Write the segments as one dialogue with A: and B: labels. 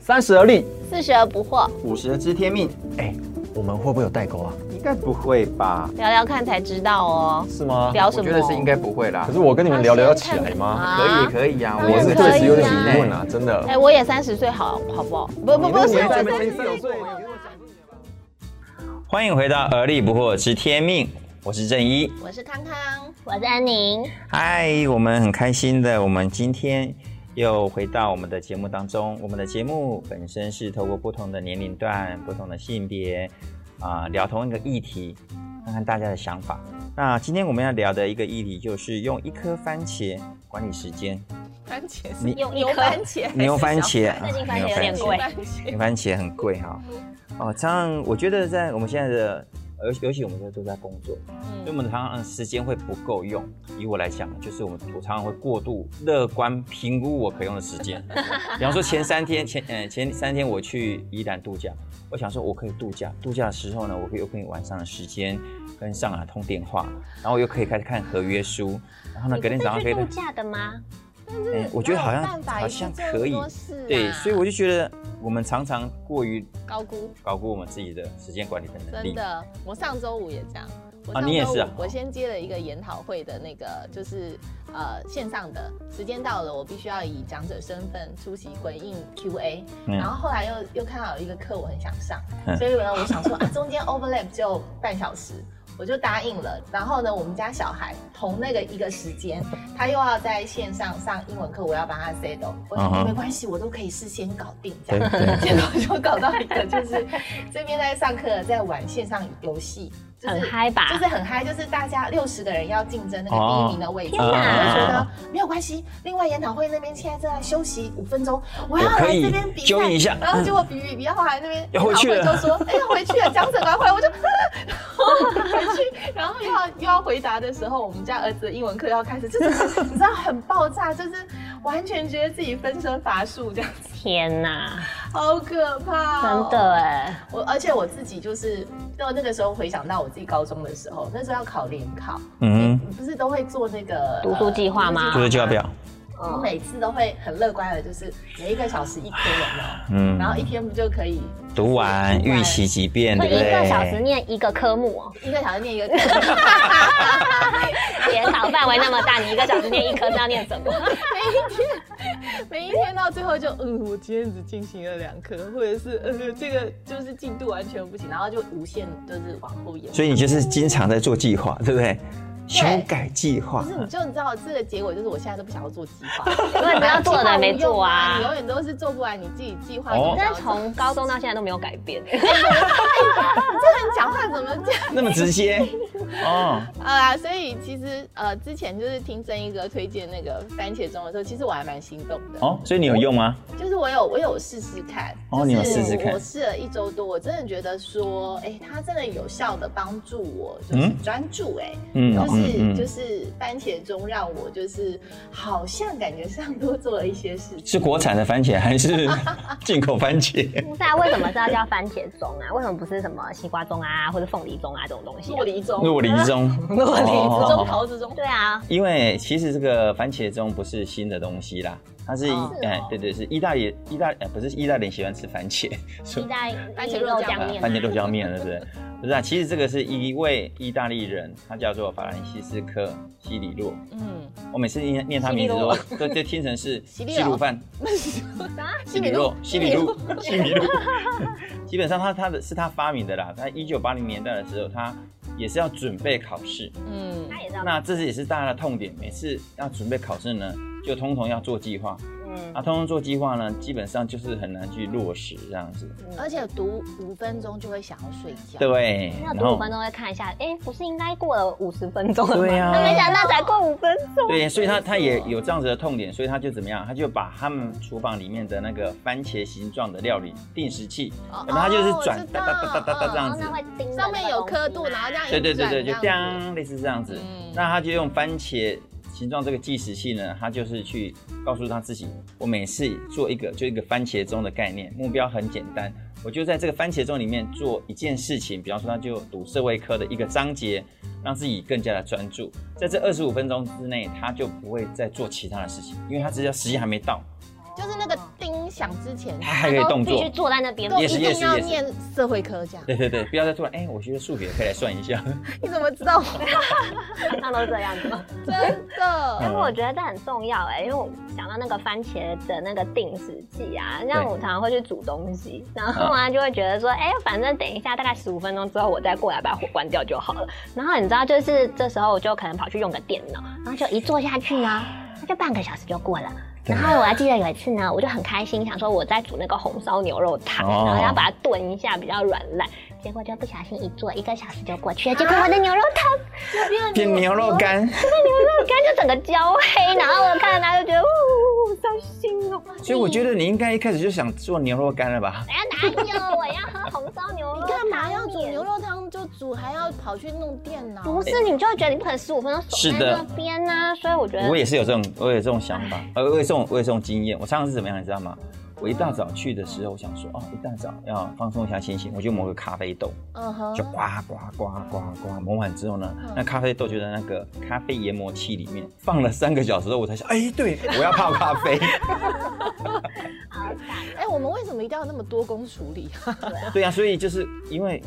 A: 三十而立，
B: 四十而不惑，
C: 五十知天命，
A: 哎，我们会不会有代沟啊？
C: 应该不会吧？
B: 聊聊看才知道哦。
A: 是吗？
B: 聊什
C: 我
B: 么？
C: 觉得是应该不会啦
A: 可。是我跟你们聊聊要起来吗？
C: 可以可以啊，
B: 当然
A: 我
C: 也
A: 是
B: 可以啊
A: 确实有点疑问啊，真
B: 哎、
A: 的。
B: 我也三十岁，好好不好？不不不是，我三十岁。
C: 欢迎回到而立不惑知天命，我是正一。
B: 我是康康，我是安宁。
C: 嗨，我们很开心的，我们今天又回到我们的节目当中。我们的节目本身是透过不同的年龄段、不同的性别啊、聊同一个议题，看看大家的想法。那今天我们要聊的一个议题就是用一颗番茄管理时 间，
D: 番茄
C: 你
D: 是用牛番茄还是
C: 牛番茄，
D: 小
C: 啊
B: 最近番茄
C: 牛
B: 有点
D: 牛
B: 贵
D: 番茄
C: 牛番茄很贵哈、哦，常常我觉得在我们现在的，尤尤其我们现在都在工作，所以我
B: 嗯，
C: 们常常时间会不够用。以我来讲，就是我们我常常会过度乐观评估我可用的时 间。比方说前三天前呃前三天我去宜兰度假，我想说我可以度假，度假的时候呢，我可以又可以晚上的时间跟上海通电话，然后又可以开始看合约书，然后呢隔天早上可以
B: 你。是度假的吗？嗯
C: 哎我觉得好像好像可以，对，
B: 啊
C: 所以我就觉得我们常常过于
D: 高估
C: 高估我们自己的时间管理的能力。
D: 真的。我上周五也这样。我
C: 啊
D: 上
C: 你也
D: 周
C: 是啊
D: 五我先接了一个研讨会的那个，就是呃线上的，时间到了，我必须要以讲者身份出席回应 Q&A，、
C: 嗯
D: 然后后来又又看到有一个课我很想上，
C: 嗯
D: 所以呢，我想说啊，中间 overlap 就半小时，我就答应了。然后呢，我们家小孩同那个一个时间，他又要在线上上英文课，我要帮他 settle。我想
C: 嗯
D: 说
C: 哼
D: 没关系，我都可以事先搞定这
C: 对
D: 样。
C: 对
D: 结果 就搞到一个，就是这边在上课，在玩线上游戏，就是
B: 很嗨吧？
D: 就是很嗨，就是大家六十个人要竞争那个第一名的位置，
B: 哦
D: 我就觉
C: 天哪
D: 得没有关系。另外研讨会那边现在正在休息五分钟，我要
C: 我可
D: 来
C: 以
D: 这边比
C: 揪
D: 赛
C: 你一下嗯
D: 然后结果比比比，然后后来那边
C: 要回去了
D: 研讨会就说哎要回去了，讲者赶快回来，我就 然后回去，然后又要又要回答的时候，我们家儿子的英文课要开始，就是 你知道很爆炸，就是完全觉得自己分身乏术这样子，
B: 天哪，
D: 好可怕、哦
B: 真的。哎，
D: 我而且我自己就是到那个时候回想到我自己高中的时候，那时候要考联考，
C: 嗯
D: 你不是都会做那个
B: 读书计划吗嗯
D: 呃
C: 哼，就是就要表，
D: 我每次都会很乐观的，就是每一个小时一篇有没有？
C: 嗯，
D: 然后一天不就可以
C: 读完预习几遍，
B: 会
C: 对不
B: 一
C: 对？
B: 个小时念一个科目哦，
D: 一个小时念一个？
B: 研讨范围那么大，你一个小时念一科，那要念 什么？
D: 每一天到最后就嗯，我今天只进行了两科，或者是呃这个就是进度完全不行，然后就无限就是往后延。
C: 所以你就是经常在做计划，对不对？修改计划
D: 不
B: 啊
D: 是，你就你知道这个结果就是我现在都不想要做计划，
B: 因为你要做的没做啊
D: 你。永远都是做不完你自己计划。
C: 哦
D: 你
B: 但
D: 要
B: 是
D: 做
B: 从高中到现在都没有改变，
D: 这人讲话怎么这样？
C: 那么直 接哦，
D: 啊，所以其实呃，之前就是听曾一哥推荐那个番茄钟的时候，其实我还蛮心动的。
C: 哦，所以你有用吗？
D: 就是我有我有试试看，
C: 哦
D: 就是
C: 你有试试看
D: 我试了一周多，我真的觉得说，哎、它真的有效的帮助我，就是
C: 嗯
D: 专注、哎、
C: 嗯
D: 就是、就是番茄钟让我就是好像感觉上多做了一些事情。
C: 是国产的番茄还是 进口番茄？
B: 不是啊？为什么是要叫番茄钟啊？为什么不是什么西瓜钟啊，或者凤梨钟啊这种东西啊、
D: 洛梨钟，
C: 洛梨中，
D: 洛梨
C: 哦
D: 钟，桃子钟，
B: 对啊，
C: 因为其实这个番茄钟不是新的东西啦，它是一
D: 哦
C: 哎、对对是意大利意大呃不是意大利人喜欢吃番茄，所以
B: 意大利
D: 番茄
B: 肉
D: 肉
B: 酱
D: 酱
B: 面、啊，
C: 番茄肉酱面，对不对？不是啊，其实这个是一位意大利人，他叫做法兰西斯科西里洛。
D: 嗯，
C: 我每次念念他名字都
B: 西
C: 都就听成是
D: 西
C: 西
D: 利
C: 鲁
D: 奥
C: 饭、西米露、西米露、 西米露。基本上他他的是他发明的啦。他一九八零年代的时候，他也是要准备考试，
D: 嗯，
B: 那也是要
C: 那这是也是大家的痛点。每次要准备考试呢，就通通要做计划。
B: 嗯
C: 啊，通通做计划呢，基本上就是很难去落实这样子。
D: 而且读五分钟就会想要睡觉。
C: 对，
B: 那
C: 然
B: 读五
C: 后
B: 分钟会看一下，哎、不是应该过了五十分钟了吗？
C: 对啊
B: 那没想到才过五分钟。
C: 对，所以他他也有这样子的痛点，所以他就怎么样，他就把他们厨房里面的那个番茄形状的料理定时器，
D: 哦
C: 然后他就是
D: 哦
C: 转
D: 我知
C: 哒
D: 道
C: 哒哒哒哒
D: 嗯
C: 这样子
B: 然后，那会盯着
D: 上面有刻度，
B: 那个
D: 然后这样
B: 东西
D: 一
C: 对对对对，就
D: 转这样子
C: 当类似这样子
D: 嗯。
C: 那他就用番茄形状这个计时器呢，他就是去告诉他自己，我每次做一个就一个番茄钟的概念，目标很简单，我就在这个番茄钟里面做一件事情，比方说他就读社会科的一个章节，让自己更加的专注，在这二十五分钟之内，他就不会再做其他的事情，因为他只要时间还没到。
D: 就是那个叮
E: 想之前，
C: 他还可以
E: 都
C: 动
B: 必
C: 作
B: 须，坐在那边。
E: 都一
C: Yes,
E: 定
C: yes,
E: 要
C: yes
E: 念社会科这样。
C: 对对对，不要再突然哎、我觉得数学可以来算一下，
E: 你怎么知道？
B: 那都这样子
C: 嗯
B: 吗？
E: 真
B: 但
E: 的，
B: 是我觉得这很重要哎、因为我讲到那个番茄的那个定时器啊，像我常常会去煮东西，然
C: 嗯
B: 后啊就会觉得说，哎、反正等一下大概十五分钟之后我再过来把火关掉就好了。然后你知道，就是这时候我就可能跑去用个电脑，然后就一坐下去呢，那就半个小时就过了。
C: 对
B: 然后我还记得有一次呢，我就很开心，想说我在煮那个红烧牛肉汤，
C: 哦
B: 然后要把它炖一下，比较软烂。结果就不小心一坐，一个小时就过去了。结果我的牛肉汤
C: 变牛肉干，
B: 我刚就整个焦黑，然后我看他就觉得，呜，伤心哦。
C: 所以我觉得你应该一开始就想做牛肉干了吧？
B: 哎呀，哪有？我要喝红烧牛肉
E: 你
B: 汤。
E: 干嘛要煮牛？肉汤就煮，还要跑去弄电脑？
B: 不是，你就会觉得你不可能十五分钟守
C: 是
B: 在
C: 的
B: 那边呐、所以我觉得
C: 我也是有这种，我有这种想法，呃，我有这种，我有这种经验。我常常是怎么样，你知道吗？我一大早去的时候，我想说，哦，一大早要放松一下心情，我就磨个咖啡豆，
E: 嗯哼
C: 就呱呱呱呱呱磨完之后呢，那咖啡豆就在那个咖啡研磨器里面放了三个小时后，我才想，哎，对 我要泡咖啡。
E: 哎、我们为什么一定要那么多工处理？
C: 对啊，所以就是因为，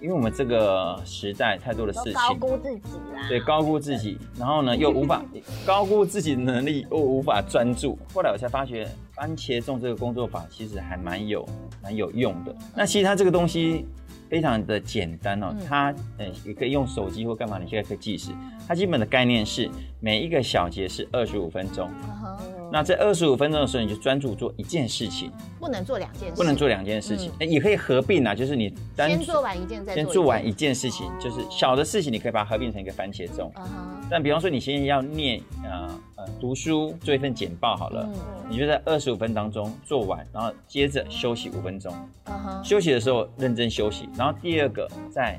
C: 因为我们这个时代太多的
B: 都
C: 事
B: 高
C: 情，
B: 估自己啊啦。
C: 对，高估自己，然后呢又无法高估自己的能力，又无法专注。后来我才发觉，番茄钟这个工作法其实还蛮有蛮有用的。那其实它这个东西非常的简单哦，
E: 嗯
C: 它呃也可以用手机或干嘛，你现在可以计时。它基本的概念是每一个小节是二十五分钟，
E: 嗯哼，
C: 那在二十五分钟的时候，你就专注做一件事情，
E: 不能做两件事，
C: 不能做两件事情，哎也可以合并啊，就是你单
E: 嗯先做完一件再做
C: 先
E: 一件
C: 做完一。件事情，就是小的事情，你可以把它合并成一个番茄钟。
E: 嗯哼，
C: 但比方说，你现在要念呃呃读书，做一份简报好了，
E: 嗯
C: 你就在二十五分当中做完，然后接着休息五分钟。
E: 嗯哼，
C: 休息的时候认真休息，然后第二个在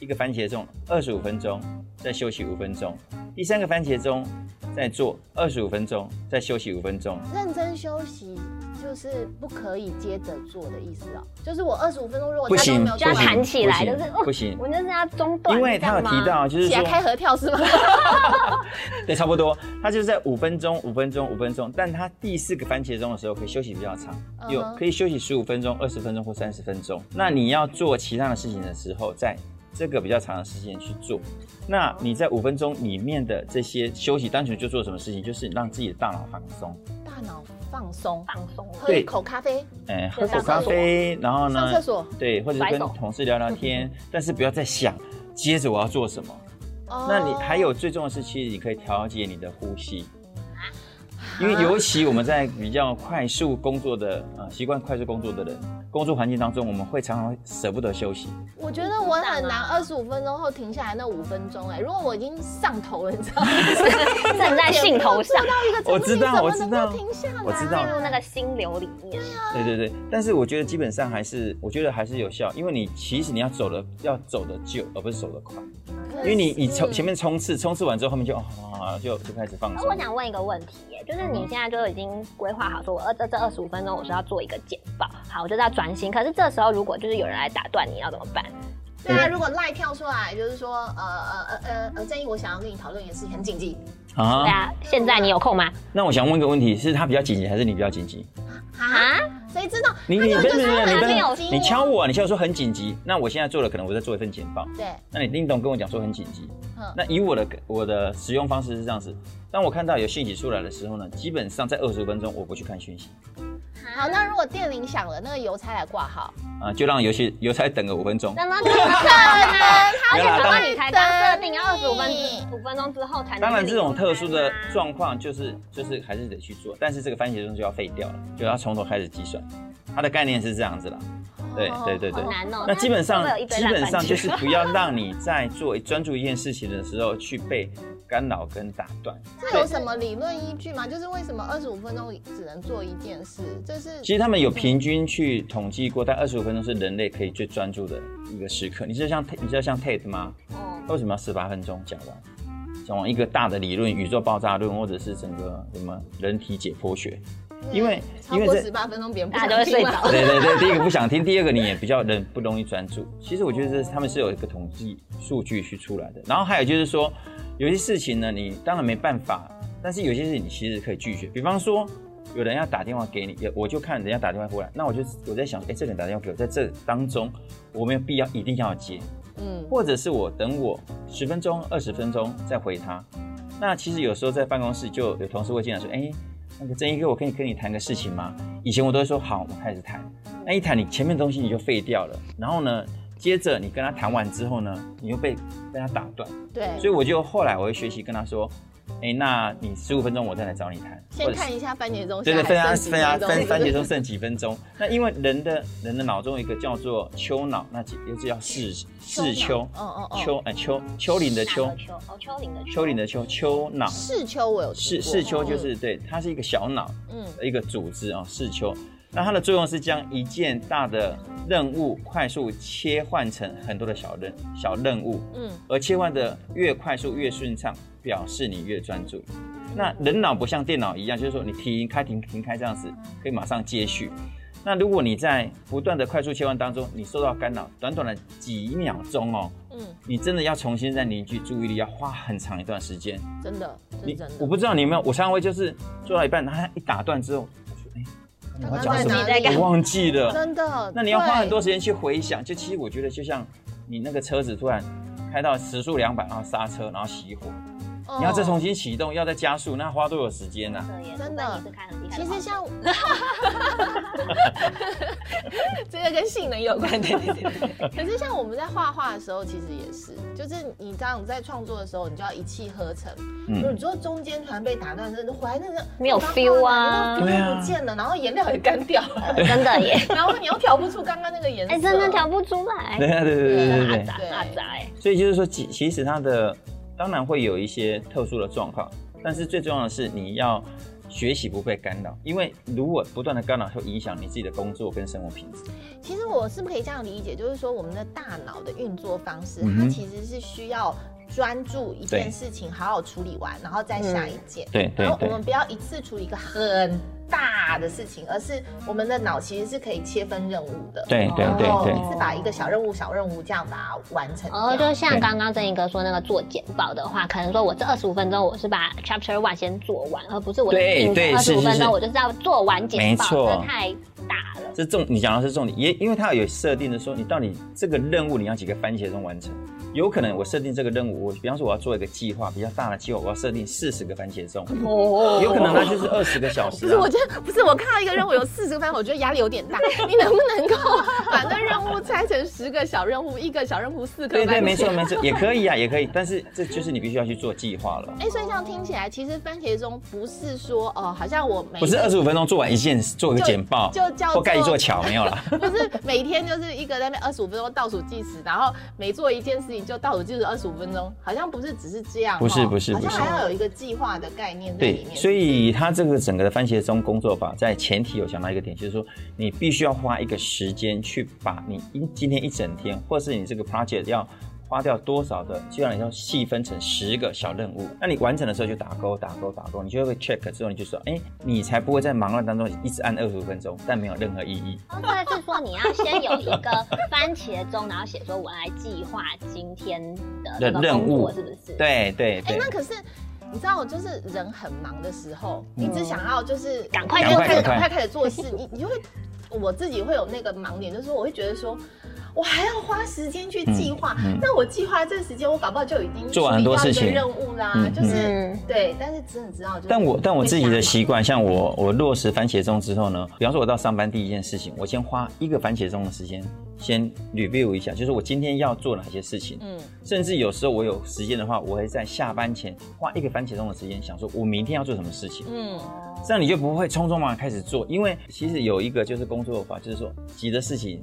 C: 一个番茄钟二十五分钟，再休息五分钟，第三个番茄钟再做二十五分钟，再休息五分钟。
E: 认真休息就是不可以接着做的意思哦。就是我二十五分钟如果
C: 不
E: 他都
C: 行，
E: 没有
B: 就
E: 做
B: 要
C: 不行不
E: 完，
B: 弹起来
C: 行
B: 就是哦
C: 不行，
B: 我就是要中断，
C: 因为他有
B: 你知道吗
C: 提，到就是
E: 起来
C: 说
E: 开合跳是吗？
C: 对，差不多，它就是在五分钟、五分钟、五分钟，但它第四个番茄钟的时候可以休息比较长，
E: 嗯哼
C: 有可以休息十五分钟、二十分钟或三十分钟。那你要做其他的事情的时候，在这个比较长的时间去做。那你在五分钟里面的这些休息，单纯就做什么事情？就是让自己的大脑放松，
E: 大脑放松，
B: 放松了。
E: 喝一口咖啡，
C: 哎，喝
B: 对
C: 口
B: 上
C: 咖
B: 厕所
C: 啡，然后呢，
E: 上厕所。
C: 对，或者是
B: 甩
C: 跟
B: 手
C: 同事聊聊 天，但是不要再想接着我要做什么。
E: 哦
C: 那你还有最重要的是，其实你可以调节你的呼吸，因为尤其我们在比较快速工作的呃习惯快速工作的人，工作环境当中，我们会常常会舍不得休息。
E: 哦我觉得我很难二十五分钟后停下来那五分钟哎、如果我已经上头了，你 知道吗？
B: 正在兴头上
E: 做到一个程度
C: 我知道
E: 你怎么
C: 我知
E: 能
C: 道
E: 够停下来，啊
C: 我知道
B: 进入那个心流里面，
C: 对对对，但是我觉得基本上还是，我觉得还是有效，因为你其实你要走的要走的久，而不是走的快，因为你你冲前面冲刺，冲刺完之后，后面就哦好好好就就开始放
B: 那
C: 松
B: 我。想问一个问题耶，就是
C: 嗯
B: 你现在就已经规划好说，我哦二这这二十五分钟我是要做一个简报，好，我就是要专心。可是这时候如果就是有人来打断你，要怎么办？
E: 对啊，如果赖跳出来就是说，呃呃呃呃呃，正义，我想要跟你讨论一件事情，很紧急
B: 对
C: 啊，
B: 啊，现在你有空吗？
C: 那我想问个问题，是他比较紧急还是你比较紧急？
E: 啊，
B: 啊，
E: 谁知道？
C: 你你
E: 他
C: 不
E: 就
C: 不
E: 是
C: 不你
E: 还
C: 不
E: 没
C: 能
E: 有
C: 你敲我啊，你敲我说很紧急，那我现在做了，可能我在做一份简报。
E: 对，
C: 那你叮咚跟我讲说很紧急
E: 嗯，
C: 那以我的我的使用方式是这样子，当我看到有讯息出来的时候呢，基本上在二十分钟我不去看讯息
E: 好，那如果电铃响了，那个邮差来挂号，
C: 啊，就让游戏邮差等个五分钟。
B: 怎么可能？而
C: 没
B: 且
C: 有啦
B: 搞不好
C: 当
B: 你才刚设定二十五分五分钟之后才能。啊
C: 当然，这种特殊的，
E: 啊
C: 状况就是就是还是得去做，但是这个番茄钟就要废掉了，就要从头开始计算。它的概念是这样子啦，对
E: 哦
C: 对对对
B: 好。难哦。
C: 那基本上
B: 会不会有一堆
C: 基
B: 烂
C: 本
B: 番茄
C: 上就是不要让你在做专注一件事情的时候去被干扰跟打断。
E: 这有什么理论依据吗？就是为什么二十五分钟只能做一件事？就是
C: 其实他们有平均去统计过，但二十五分钟是人类可以最专注的一个时刻。你知道像 Ted- 你知道像 TED 吗？
B: 哦
C: 他为什么要十八分钟讲完？讲完一个大的理论，宇宙爆炸论，或者是整个什么人体解剖学？因为
E: 嗯超
C: 因为
E: 过
C: 这
E: 十八分钟，别人不 想
B: 大家都会
E: 听
B: 睡
E: 了
B: 着。
C: 对对对，第一个不想听，第二个你也比较人不容易专注。其实我觉得这是他们是有一个统计数据去出来的。然后还有就是说，有些事情呢，你当然没办法，但是有些事情你其实可以拒绝。比方说，有人要打电话给你，有我就看人家打电话过来，那我就我在想，哎、这个人打电话给我，在这当中我没有必要一定要接，
D: 嗯，
C: 或者是我等我十分钟、二十分钟再回他。那其实有时候在办公室就有同事会进来说，哎、那个正一哥，我可以跟你谈个事情吗？以前我都会说好，我开始谈。那一谈，你前面东西你就废掉了，然后呢，接着你跟他谈完之后呢，你又被被他打断。
D: 对，
C: 所以我就后来我会学习跟他说，哎、那你十五分钟我再来找你谈，
D: 先
C: 或者是
D: 看一下番茄钟，
C: 对对，分啊
D: 下
C: 分啊分番茄
D: 钟，
C: 钟剩几分钟？那因为人的人的脑中有一个叫做丘脑，那几又是叫视视丘，
D: 嗯嗯嗯，
C: 丘哎丘丘陵的丘
B: 哪个，丘哦，丘陵的丘，
C: 丘陵的丘丘脑
D: 视丘我有
C: 视
D: 吃过
C: 视丘就是对，它是一个小脑
D: 嗯
C: 的一个组织啊，视丘。那它的作用是将一件大的任务快速切换成很多的小任小任务，
D: 嗯
C: 而切换的越快速越顺畅，表示你越专注。那人脑不像电脑一样，就是说你停开停停开这样子，可以马上接续。那如果你在不断的快速切换当中，你受到干扰，短短的几秒钟哦，
D: 嗯，
C: 你真的要重新再凝聚注意力，要花很长一段时间。
D: 真的，这
C: 你
D: 是真
C: 我
D: 的。
C: 不知道你有没有，我常常会就是做到一半，然后他一打断之 后，我说哎，我要讲什
D: 刚刚在哪里
C: 么？我忘记了。
D: 真的，
C: 那你要花很多
D: 对
C: 时间去回想。就其实我觉得，就像你那个车子突然开到时速两百，然后刹车，然后熄火，你要再
D: 哦
C: 重新启动，要再加速，那花多少时间呢、啊
B: 这也是
D: 真的
B: 问题是开很厉害
D: 其
B: 的话
D: 实像 这个跟性能有关，对对对。 可是像我们在画画的时候，其实也是，就是你这样在创作的时候，你就要一气呵成。
E: 就
C: 嗯
E: 你，说中间突然被打断，真的回来那个
B: 没有 feel 啊
E: 对
C: 对
E: 啊，
C: 啊
E: 不见了，然后颜料也干掉 了，
B: 真的耶，
E: 然后你又调不出刚刚那个颜色，
B: 哎，真的调不出 来
C: 对，啊，对对对 对对
B: 阿
C: 对。
B: 杂阿杂哎，
C: 所以就是说，其其实它的当然会有一些特殊的状况，但是最重要的是你要。学习不被干扰，因为如果不断的干扰，会影响你自己的工作跟生活品质。
D: 其实我是不是可以这样理解，就是说我们的大脑的运作方式，
C: 嗯
D: 它
C: 哼
D: 其实是需要专注一件
C: 对
D: 事情，好好处理完，然后再
B: 嗯
D: 下一件。
C: 对对
D: 然后我
C: 对
D: 们不要一次处理一个很大的事情，而是我们的脑其实是可以切分任务的。
C: 对对对
D: 然后
C: 对
D: 一次把一个小任务、小任务这样把它完成掉。
B: 哦，就像
C: 对
B: 刚刚正一哥说那个做简报的话，可能说我这二十五分钟我是把 Chapter One 先做完，而不是我
C: 对
B: 定
C: 对
B: 二
C: 是
B: 十五
C: 是
B: 分钟
C: 是
B: 我就是要做完简
C: 没
B: 报，
C: 错
B: 这太大了。
C: 这重你讲的是重点，也因为它有设定的说，你到底这个任务你要几个番茄钟完成？有可能我设定这个任务，我比方说我要做一个计划，比较大的计划，我要设定四十个番茄钟，
B: 哦
C: 有可能它就是二十个小
D: 不
C: 时、
D: 是，我
C: 啊。
D: 觉得不是，我看到一个任务有四十个番，我觉得压力有 点大。你能不能够把那任务拆成十个小任务，一个小任务四个
C: 对
D: 番茄？
C: 对，没错没错，也可以啊，也可以，但是这就是你必须要去做计划了，
D: 哎，所以这样听起来，其实番茄钟不是说哦、好像我每
C: 不是二十五分钟做完一件，做一个
D: 就
C: 简报，
D: 就叫
C: 或盖一
D: 做
C: 座桥没有 啦。
D: 不是每天就是一个在那边二十五分钟倒数计时，然后每做一件事情就倒数计时二十五分钟，好像不是只是这样哦，
C: 不是不是
D: 好像
C: 不是
D: 还要有一个计划的概念在里
C: 对
D: 面。，
C: 所以它这个整个的番茄钟工作法，在前提有想到一个点，就是说你必须要花一个时间去把你一今天一整天，或是你这个 project 要花掉多少的，就让你要细分成十个小任务。那你完成的时候就打勾打勾打勾，你就会 check 之后你就说，哎，你才不会在忙乱当中一直按二十五分钟，但没有任何意义。
B: 然后再是说，你要先有一个番茄钟，然后写说我来计划今天的那个
C: 的任
B: 工作
C: 务
B: 是不是？，
C: 对对
D: 哎、
C: 对
D: 那，可是你知道，就是人很忙的时候，
C: 嗯
D: 你只想要就是
B: 赶快
C: 赶
D: 就
C: 快
D: 开始赶
C: 赶快
D: 快开始做事，你你就会，我自己会有那个盲点，就是说我会觉得说。我还要花时间去计划，
C: 嗯嗯
D: 那我计划这时间，我搞不好就已经
C: 做完很多事情
D: 处理掉一个任务啦，
C: 嗯
D: 就是、
B: 嗯
D: 对。但是真的知道，就是
C: 但我但我自己的习
D: 惯，
C: 惯，像我我落实番茄钟之后呢，比方说我到上班第一件事情，我先花一个番茄钟的时间，先 review 一下，就是我今天要做哪些事情。
D: 嗯，
C: 甚至有时候我有时间的话，我会在下班前花一个番茄钟的时间，想说我明天要做什么事情。
D: 嗯，
C: 这样你就不会匆匆忙忙开始做，因为其实有一个就是工作法，就是说急的事情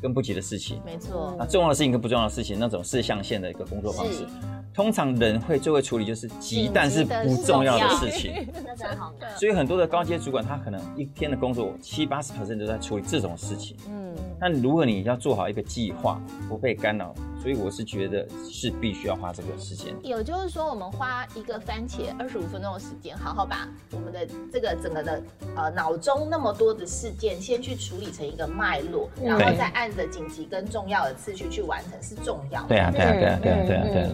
C: 跟不急的事情，
D: 没错，
C: 啊，重要的事情跟不重要的事情那种四象限的一个工作方式
D: 是。
C: 通常人会最会处理就是急
D: 紧
C: 但
D: 急
C: 是
D: 的
C: 不
D: 事
C: 重要的
B: 情
C: 事 情。
B: 那真的好难。
C: 所以很多的高阶主管，他可能一天的工作七八十 percent 都在处理这种事情。
D: 嗯，
C: 那如果你要做好一个计划，不被干扰，所以我是觉得是必须要花这个时间。
D: 也就是说，我们花一个番茄二十五分钟的时间，好好把我们的这个整个的呃脑中那么多的事件，先去处理成一个脉络，
B: 嗯
D: 然后再按着紧急跟重要的次序去完成，是重要的。嗯
C: 对啊，对啊，对啊，对啊，对啊，对啊。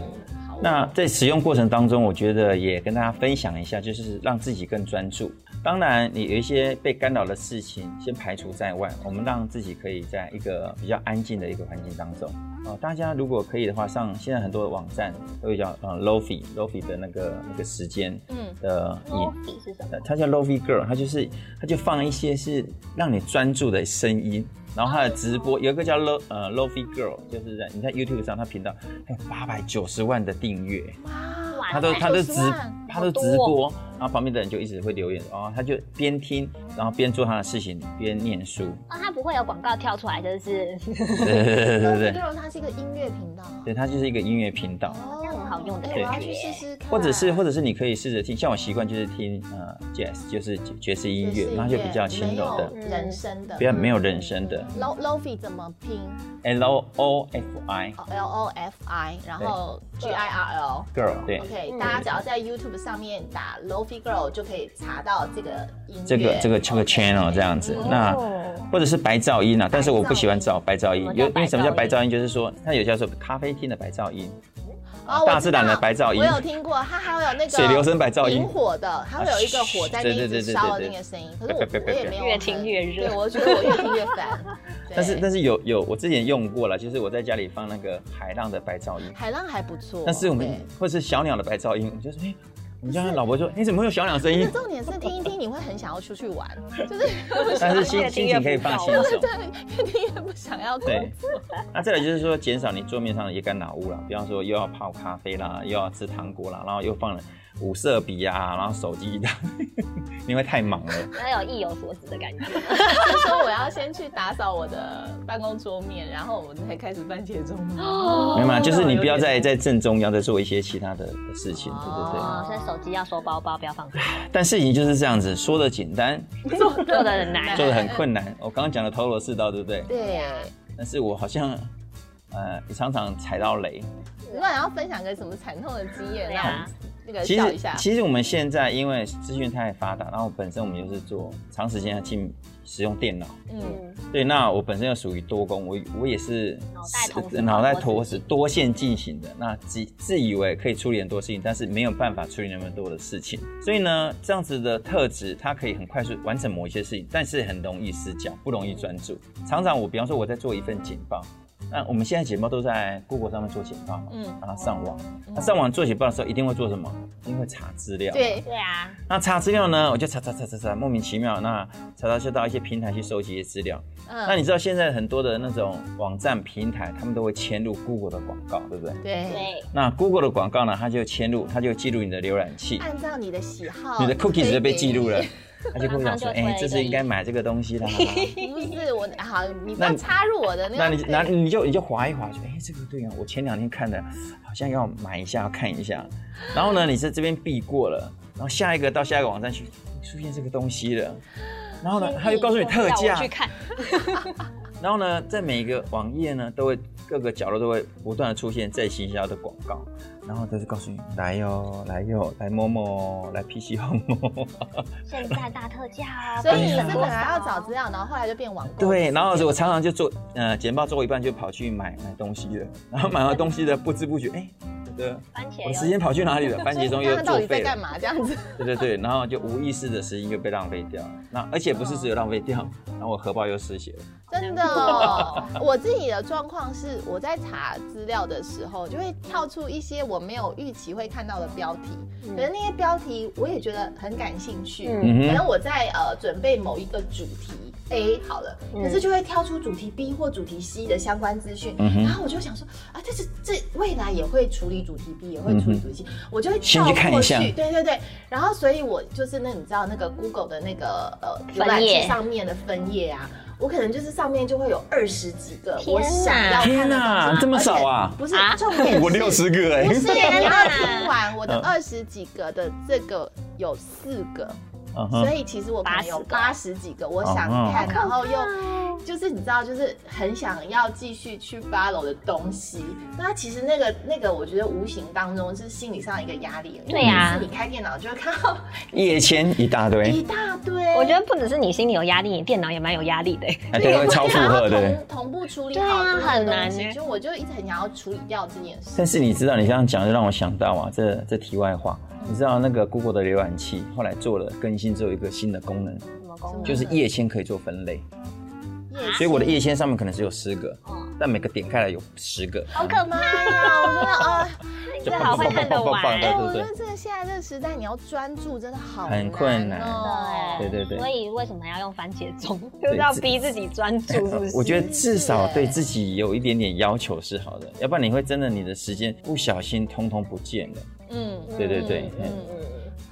D: 好，
C: 那在使用过程当中，我觉得也跟大家分享一下，就是让自己更专注。当然，你有一些被干扰的事情，先排除在外，我们让自己可以在一个比较安静的一个环境当中。哦，大家如果可以的话，上现在很多的网站都有叫呃 lofi lofi 的那个那个时间
D: 嗯
C: 的影
B: Lofi 是什么？
C: 呃，它叫 Lofi Girl，它就是它就放一些是让你专注的声音，然后它的直播有一个叫 Lo 呃 Lofi Girl，就是在你在 YouTube 上，它频道还有八百九十万的订阅，
D: 哇，
C: 它都它都直
D: 90万
C: 它都直播，然后旁边的人就一直会留言，哦，他就边听，然后边做他的事情，边念书，
B: 哦，它不会有广告跳出来，就是
C: 对对对对对
D: Lovely
C: 对，
D: Girl 它是一个音乐频道啊，
C: 对，它就是一个音乐频道。
D: 哦，
B: 这样很好用的
D: 哎
B: 感觉
D: 我要去试试看，
C: 或者是，或者是你可以试着听，像我习惯就是听呃 jazz，就是爵爵士音乐，然后就比较轻柔的，
D: 没有人声的，
C: 比较没有人声的。
D: Lo Lofi 怎么拼哦
C: L O F I
D: ？L O F I，然后 G I R L。
C: girl，对，
D: OK，
B: 嗯
D: 大家只要在 YouTube 上面打 Lofi Girl 就可以查到这个音乐，
C: 这个这个这个 channel 这样子，那
B: 哦
C: 或者是哦白噪音啊，但是我不喜欢找白噪音，
B: 什么叫
C: 有因为什么叫
B: 白
C: 白
B: 噪
C: 噪音，就是说它有叫做咖啡厅的白噪音，
D: 哦
C: 大自然的白噪音
D: 我知道我有听过，它还会有那个
C: 水流声白噪音
D: 引火的，它会有一个火在那一直烧的那个声音。可是我我也没有
B: 越听越热
D: 对我觉得我越听越烦。对
C: 但是但是有有我之前用过了，就是我在家里放那个海浪的白噪音，
D: 海浪还不错，
C: 但是我们
D: 对
C: 或者是小鸟的白噪音，我们就说哎，我们家老婆说你哎怎么会有小鸟声音
D: 那？重点是听一听，你会很想要出 去玩，就是
C: 但是心
B: 越听
C: 心
B: 越
C: 情可以
B: 浮躁
C: 放轻松。
D: 对，越听越不想要工 作
C: 对，那再来就是说减少你桌面上的一干扰物啦，比方说又要泡咖啡啦，又要吃糖果啦，然后又放了五色笔啊，然后手机的， 因为太忙了。
B: 那有意有所指 的感觉。
D: 就说我
E: 我要
D: 要
E: 先去打扫我的办公桌面，然后我们才开始番茄钟。
C: 明白吗，就是你
E: 哦有
C: 不要
E: 点
C: 在在正中央再做一些其他的的事情，对不对？
B: 哦，所以手机要收包包，不要 放手机，
C: 但事情就是这样子，说的简单，
B: 做的很难
C: 做。的很困难。我刚刚讲的头头是道，对不对？
D: 对。
C: 但是我好像，呃，也常常踩到雷。
E: 啊
D: 如果你要分享个什么惨痛的经验，
B: 对
D: 让我
B: 啊
D: 们，那个
C: 其
D: 笑
C: 实
D: 一下，
C: 其实我们现在因为资讯太发达，然后本身我们又是做长时间要进使用电脑，
D: 嗯，
B: 嗯，
C: 对，那我本身又属于多功，我我也是
B: 脑袋同时
C: 是脑袋
B: 跑多
C: 同
B: 事
C: 时
B: 情
C: 多线进行的。那自自以为可以处理很多事情，但是没有办法处理那么多的事情。所以呢，这样子的特质，它可以很快速完成某一些事情，但是很容易失焦，不容易专注。常常我比方说我在做一份简报，那我们现在简报都在 Google 上面做简报嘛，
D: 嗯
C: 嗯，然后上网，那上网做简报的时候一定会做什么？一定会查资料，。
D: 对，
B: 对啊，
C: 那查资料呢，我就查查查查查，莫名其妙，那查到就到一些平台去收集一些资料。那
D: 嗯，
C: 你知道现在很多的那种网站平台，他们都会嵌入 Google 的广告，对不对？
D: 对，
B: 对，
C: 那 Google 的广告呢，它就嵌入，它就记录你的浏览器，
D: 按照你的喜
B: 哦
D: 好，，
C: 你的 cookies 就被记录了。它就跟我讲 说，
B: 马上就
C: 哎、
B: 推
C: 这次应该买这个东西啦。
D: 不是我好，你不
C: 那
D: 要
C: 你
D: 插入我的那个，
C: 那你那你就你就划一划，就哎、这个对啊，我前两天看的，好像要买一下，要看一下。然后呢，你在这边避过了，然后下一个到下一个网站去，哎出现这个东西了。然后呢，他就告诉你特
B: 要
C: 价
B: 我，去看，
C: 然后呢，在每一个网页呢，都会各个角落都会不断的出现在行销的广告，然后都是告诉你来哟，来哟，来某某，来 PC Home，
B: 现在大特价哦。
D: 所以你
B: 多
D: 是
B: 少
D: 本来要找资料，然后后来就变网购。
C: 对，然后我常常就做呃简报做一半就跑去买买东西了，然后买完东西的不知不觉，哎，我的
B: 番茄
C: 我的
B: 油
C: 时间跑去哪里了？番茄钟
D: 那
C: 又
D: 他
C: 作
D: 到底在
C: 废
D: 干
C: 了，
D: 嘛这样子？
C: 对对对，然后就无意识的时间又被浪费掉了，那而且不是只有浪费掉，然后我荷包又失 血了，
D: 真的哦，我自己的状况是，我在查资料的时候，就会跳出一些我没有预期会看到的标题，
B: 嗯
D: 可是那些标题我也觉得很感兴趣。
B: 嗯
C: 嗯
D: 可能
C: 哼，
D: 我在呃准备某一个主题 A 好了，
B: 嗯
D: 可是就会挑出主题 B 或主题 C 的相关资讯，
C: 嗯哼
D: 然后我就想说啊，这是这未来也会处理主题 B，也会处理主题 C，、我就会
C: 嗯先去看一下
D: 跳过去对对对。然后所以我就是那你知道那个 Google 的那个呃浏
B: 分
D: 览器
B: 页
D: 上面的分页啊。我可能就是上面就会有二十几个
B: 天
D: 我
B: 哪
D: 想要啊看
C: 天
D: 的
C: 哪
D: 东西
C: 这么少啊
D: 而且不是
B: 啊
D: 重点是，
C: 个哎
D: 不是，你要听完我的
C: 嗯
D: 二十几个的这个有四个，
C: 嗯哼
D: 所以其实我可能有
B: 80个
D: 八十几个，我想看，然后又就是你知道，就是很想要继续去 follow 的东西。那其实那个那个，我觉得无形当中是心理上一个压力。
C: 嗯
B: 对啊
D: 因为每次你开电脑就会看到
C: 夜签一大堆，
D: 一大堆，
B: 我觉得不只是你心里有压力，你电脑也蛮有压力的。
C: 哎，对，会超负荷的。
D: 同同步处理
B: 对啊
D: 好多
B: 很
D: 的东
B: 难
D: 西，
B: 欸
D: 就我就一直很想要处理掉这件事。
C: 但是你知道，你这样讲就让我想到啊，这这题外话，你知道那个 Google 的浏览器后来做了更新之后，有一个新的功能，
B: 什么功能？
C: 就是页签可以做分类，
D: 夜
C: 所以我的页签上面可能只有十个
B: 嗯，
C: 但每个点开来有十个，
D: 好可怕呀！我觉得啊，
C: 就
B: 这好会看得
C: 棒棒棒棒
B: 完
C: 棒
D: 哎，
C: 对不
D: 我觉
C: 对
D: 得？这个现在这个时代，你要专注真的好
C: 很困难
D: 哦。
C: 对对对
B: 所以为什么要用番茄钟？就是要逼自己专注，是不是？
C: 我觉得至少对自己有一点点要求是好的，要不然你会真的你的时间不小心通通不见了。
D: 嗯，
C: 对对对，嗯
D: 嗯嗯，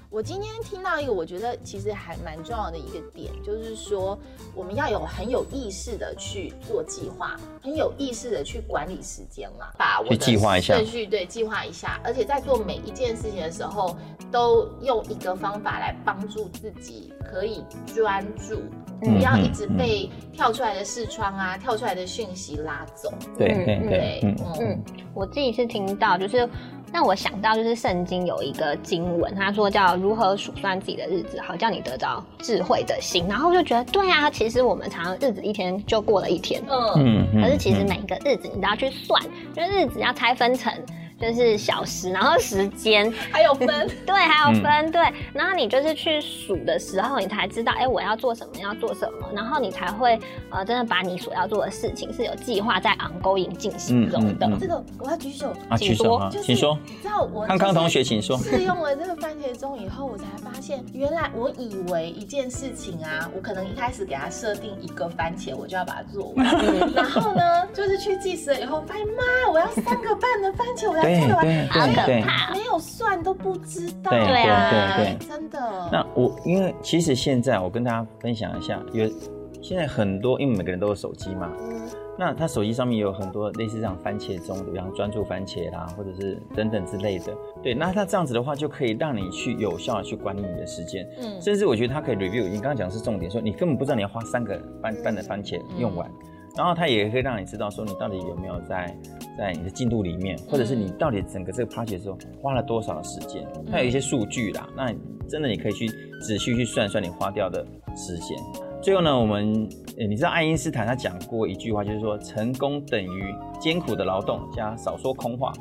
D: 我今天听到一个，我觉得其实还蛮重要的一个点，就是说我们要有很有意识的去做计划，很有意识的去管理时间啦，把我
C: 去
D: 的
C: 计划一下
D: 顺序对计划一下，而且在做每一件事情的时候，都用一个方法来帮助自己可以专注，
B: 嗯
D: 不要一直被跳出来的视窗啊、跳出来的讯息拉走。
C: 对
B: 嗯
C: 对
B: 嗯
C: 对，嗯，
D: 嗯
B: 嗯，我自己是听到，就是让我想到，就是圣经有一个经文，他说叫如何数算自己的日子，好叫你得着智慧的心。然后我就觉得，对啊，其实我们常常日子一天就过了一天，
D: 嗯
C: 嗯嗯
B: 可是其实每个日子你都要去算，就是日子要拆分成。就是小时，然后时间，
E: 还有分，
B: 对，还
C: 嗯
B: 有分对，然后你就是去数的时候，你才知道，哎，我要做什么，要做什么，然后你才会，呃，真的把你所要做的事情是有计划在 ongoing 进行中的。
C: 嗯嗯
D: 这个我要举手，
C: 啊，
B: 请
C: 举手
B: 说
C: 啊
D: 就，是
C: 请说，
D: 你知道我
C: 康康同学请说
D: 试用了这个番茄钟以后，我才发现，原来我以为一件事情啊，我可能一开始给它设定一个番茄，我就要把它做 完。然后呢，就是去计时了以后，发现妈，我要三个半的番茄，我才
C: 对
D: 做得完，
C: 对
B: 好可
C: 对对。
B: 怕！
D: 没有算都不知道。
C: 对
B: 对
C: 啊对对
D: 真的。
C: 那我因为其实现在我跟大家分享一下，有现在很多，因为每个人都有手机嘛，那他手机上面有很多类似这样番茄钟的，比方专注番茄啦，或者是等等之类的。对，那他这样子的话，就可以让你去有效的去管理你的时间，
D: 嗯
C: 甚至我觉得它可以 review。你刚刚讲的是重点，说你根本不知道你要花三个半半的番茄用完，然后它也可以让你知道说你到底有没有在在你的进度里面，或者是你到底整个这个 project 之后花了多少的时间，它有一些数据啦。那你真的你可以去仔细去算算你花掉的时间。最后呢，我们呃你知道爱因斯坦他讲过一句话，就是说成功等于艰苦的劳动加少说空话，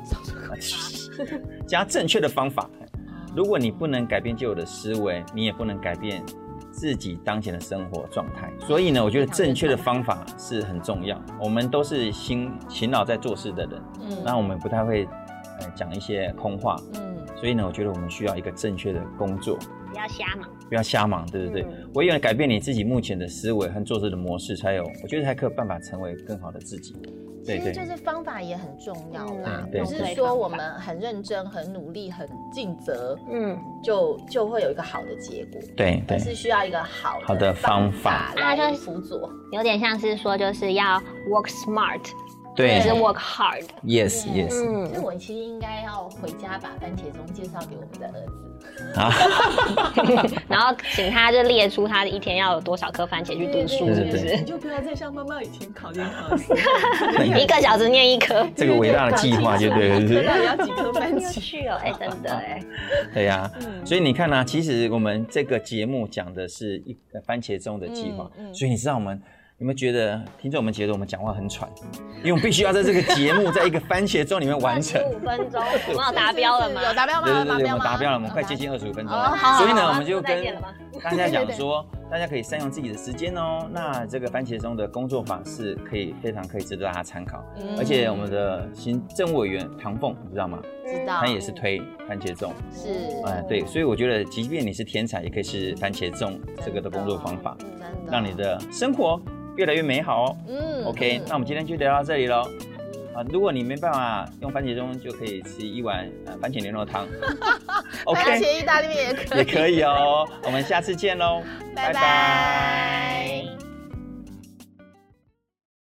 C: 加正确的方法。
D: 啊
C: 如果你不能改变旧有的思维，你也不能改变自己当前的生活状态。所
D: 嗯
C: 以呢，我觉得正确的方法是很重要。我们都是辛勤劳在做事的人，那我们不太会呃讲一些空话。
D: 嗯
C: 所以呢，我觉得我们需要一个正确的工作，
B: 不要瞎忙。
C: 不要瞎忙，对不对？
B: 嗯
C: 唯有改变你自己目前的思维和做事的模式，才有我觉得才可以有办法成为更好的自己。对
D: 其实
C: 对
D: 就。是方法也很重要啦，
C: 嗯对
D: 不
C: 对
D: 是说我们很认真、很努力、很尽责，
B: 嗯，
D: 就就会有一个好的结果。
C: 对对
D: 而是需要一个好
C: 好的方
D: 法
C: 法
D: 来辅佐。
B: 有点像是说就是要 work smart，
C: 对
B: 不是
D: 对
B: work hard。
C: ，yes yes
D: 所以
B: 嗯，
D: 我其实应该要回家把番茄钟介绍给我们的儿子。
C: 啊，
B: 然后请他就列出他一天要有多少颗番茄
D: 哎
B: 去读书，
C: 对
B: 是
C: 对
B: 不
C: 对
B: 是？
E: 你就不要再像妈妈以前考研考试，
B: 一个小时念一颗，
C: 这个伟大的计划就 对了，是不
E: 知
C: 是
E: 道？要几颗番
B: 很有
E: 茄。
B: 趣哦！哎，真的哎，
C: 对呀、
B: 嗯
C: 所以你看呢、啊其实我们这个节目讲的是一呃番茄钟的计划，
D: 嗯嗯
C: 所以你知道我们。有没有觉得听众们觉得我们讲话很喘？因为我们必须要在这个节目，在一个番茄钟里面完 成。
B: 五分钟，我们有达标了吗？
D: 有达标
C: 对
D: 吗？
C: 对对，我们达标了，我们快接
D: 进。
C: 近二十五分钟
D: 哦
C: 了
D: 好。
C: 所以呢，
B: 好
C: 我们就
B: 再
C: 跟
B: 见了吗
C: 大家讲 说，大家可以善用自己的时间哦。那这个番茄钟的工作法是可以非常可以值得大家参考，
D: 嗯
C: 而且我们的行政委员唐凤，你知道吗？
D: 知道
C: 他也是推番茄钟。
D: 是
C: 哎，对，所以我觉得，即便你是天才，也可以是番茄钟这个的工作方法，
D: 嗯真的
C: 让你的生活越来越美好哦。
D: 嗯
C: OK，那我们今天就聊到这里喽。啊，如果你没办法用番茄钟，就可以吃一碗呃番茄牛肉 汤。
D: 番
C: OK，
D: 茄意大利面也可
C: 也
D: 以。
C: 可以哦。我们下次见喽，
D: 拜拜。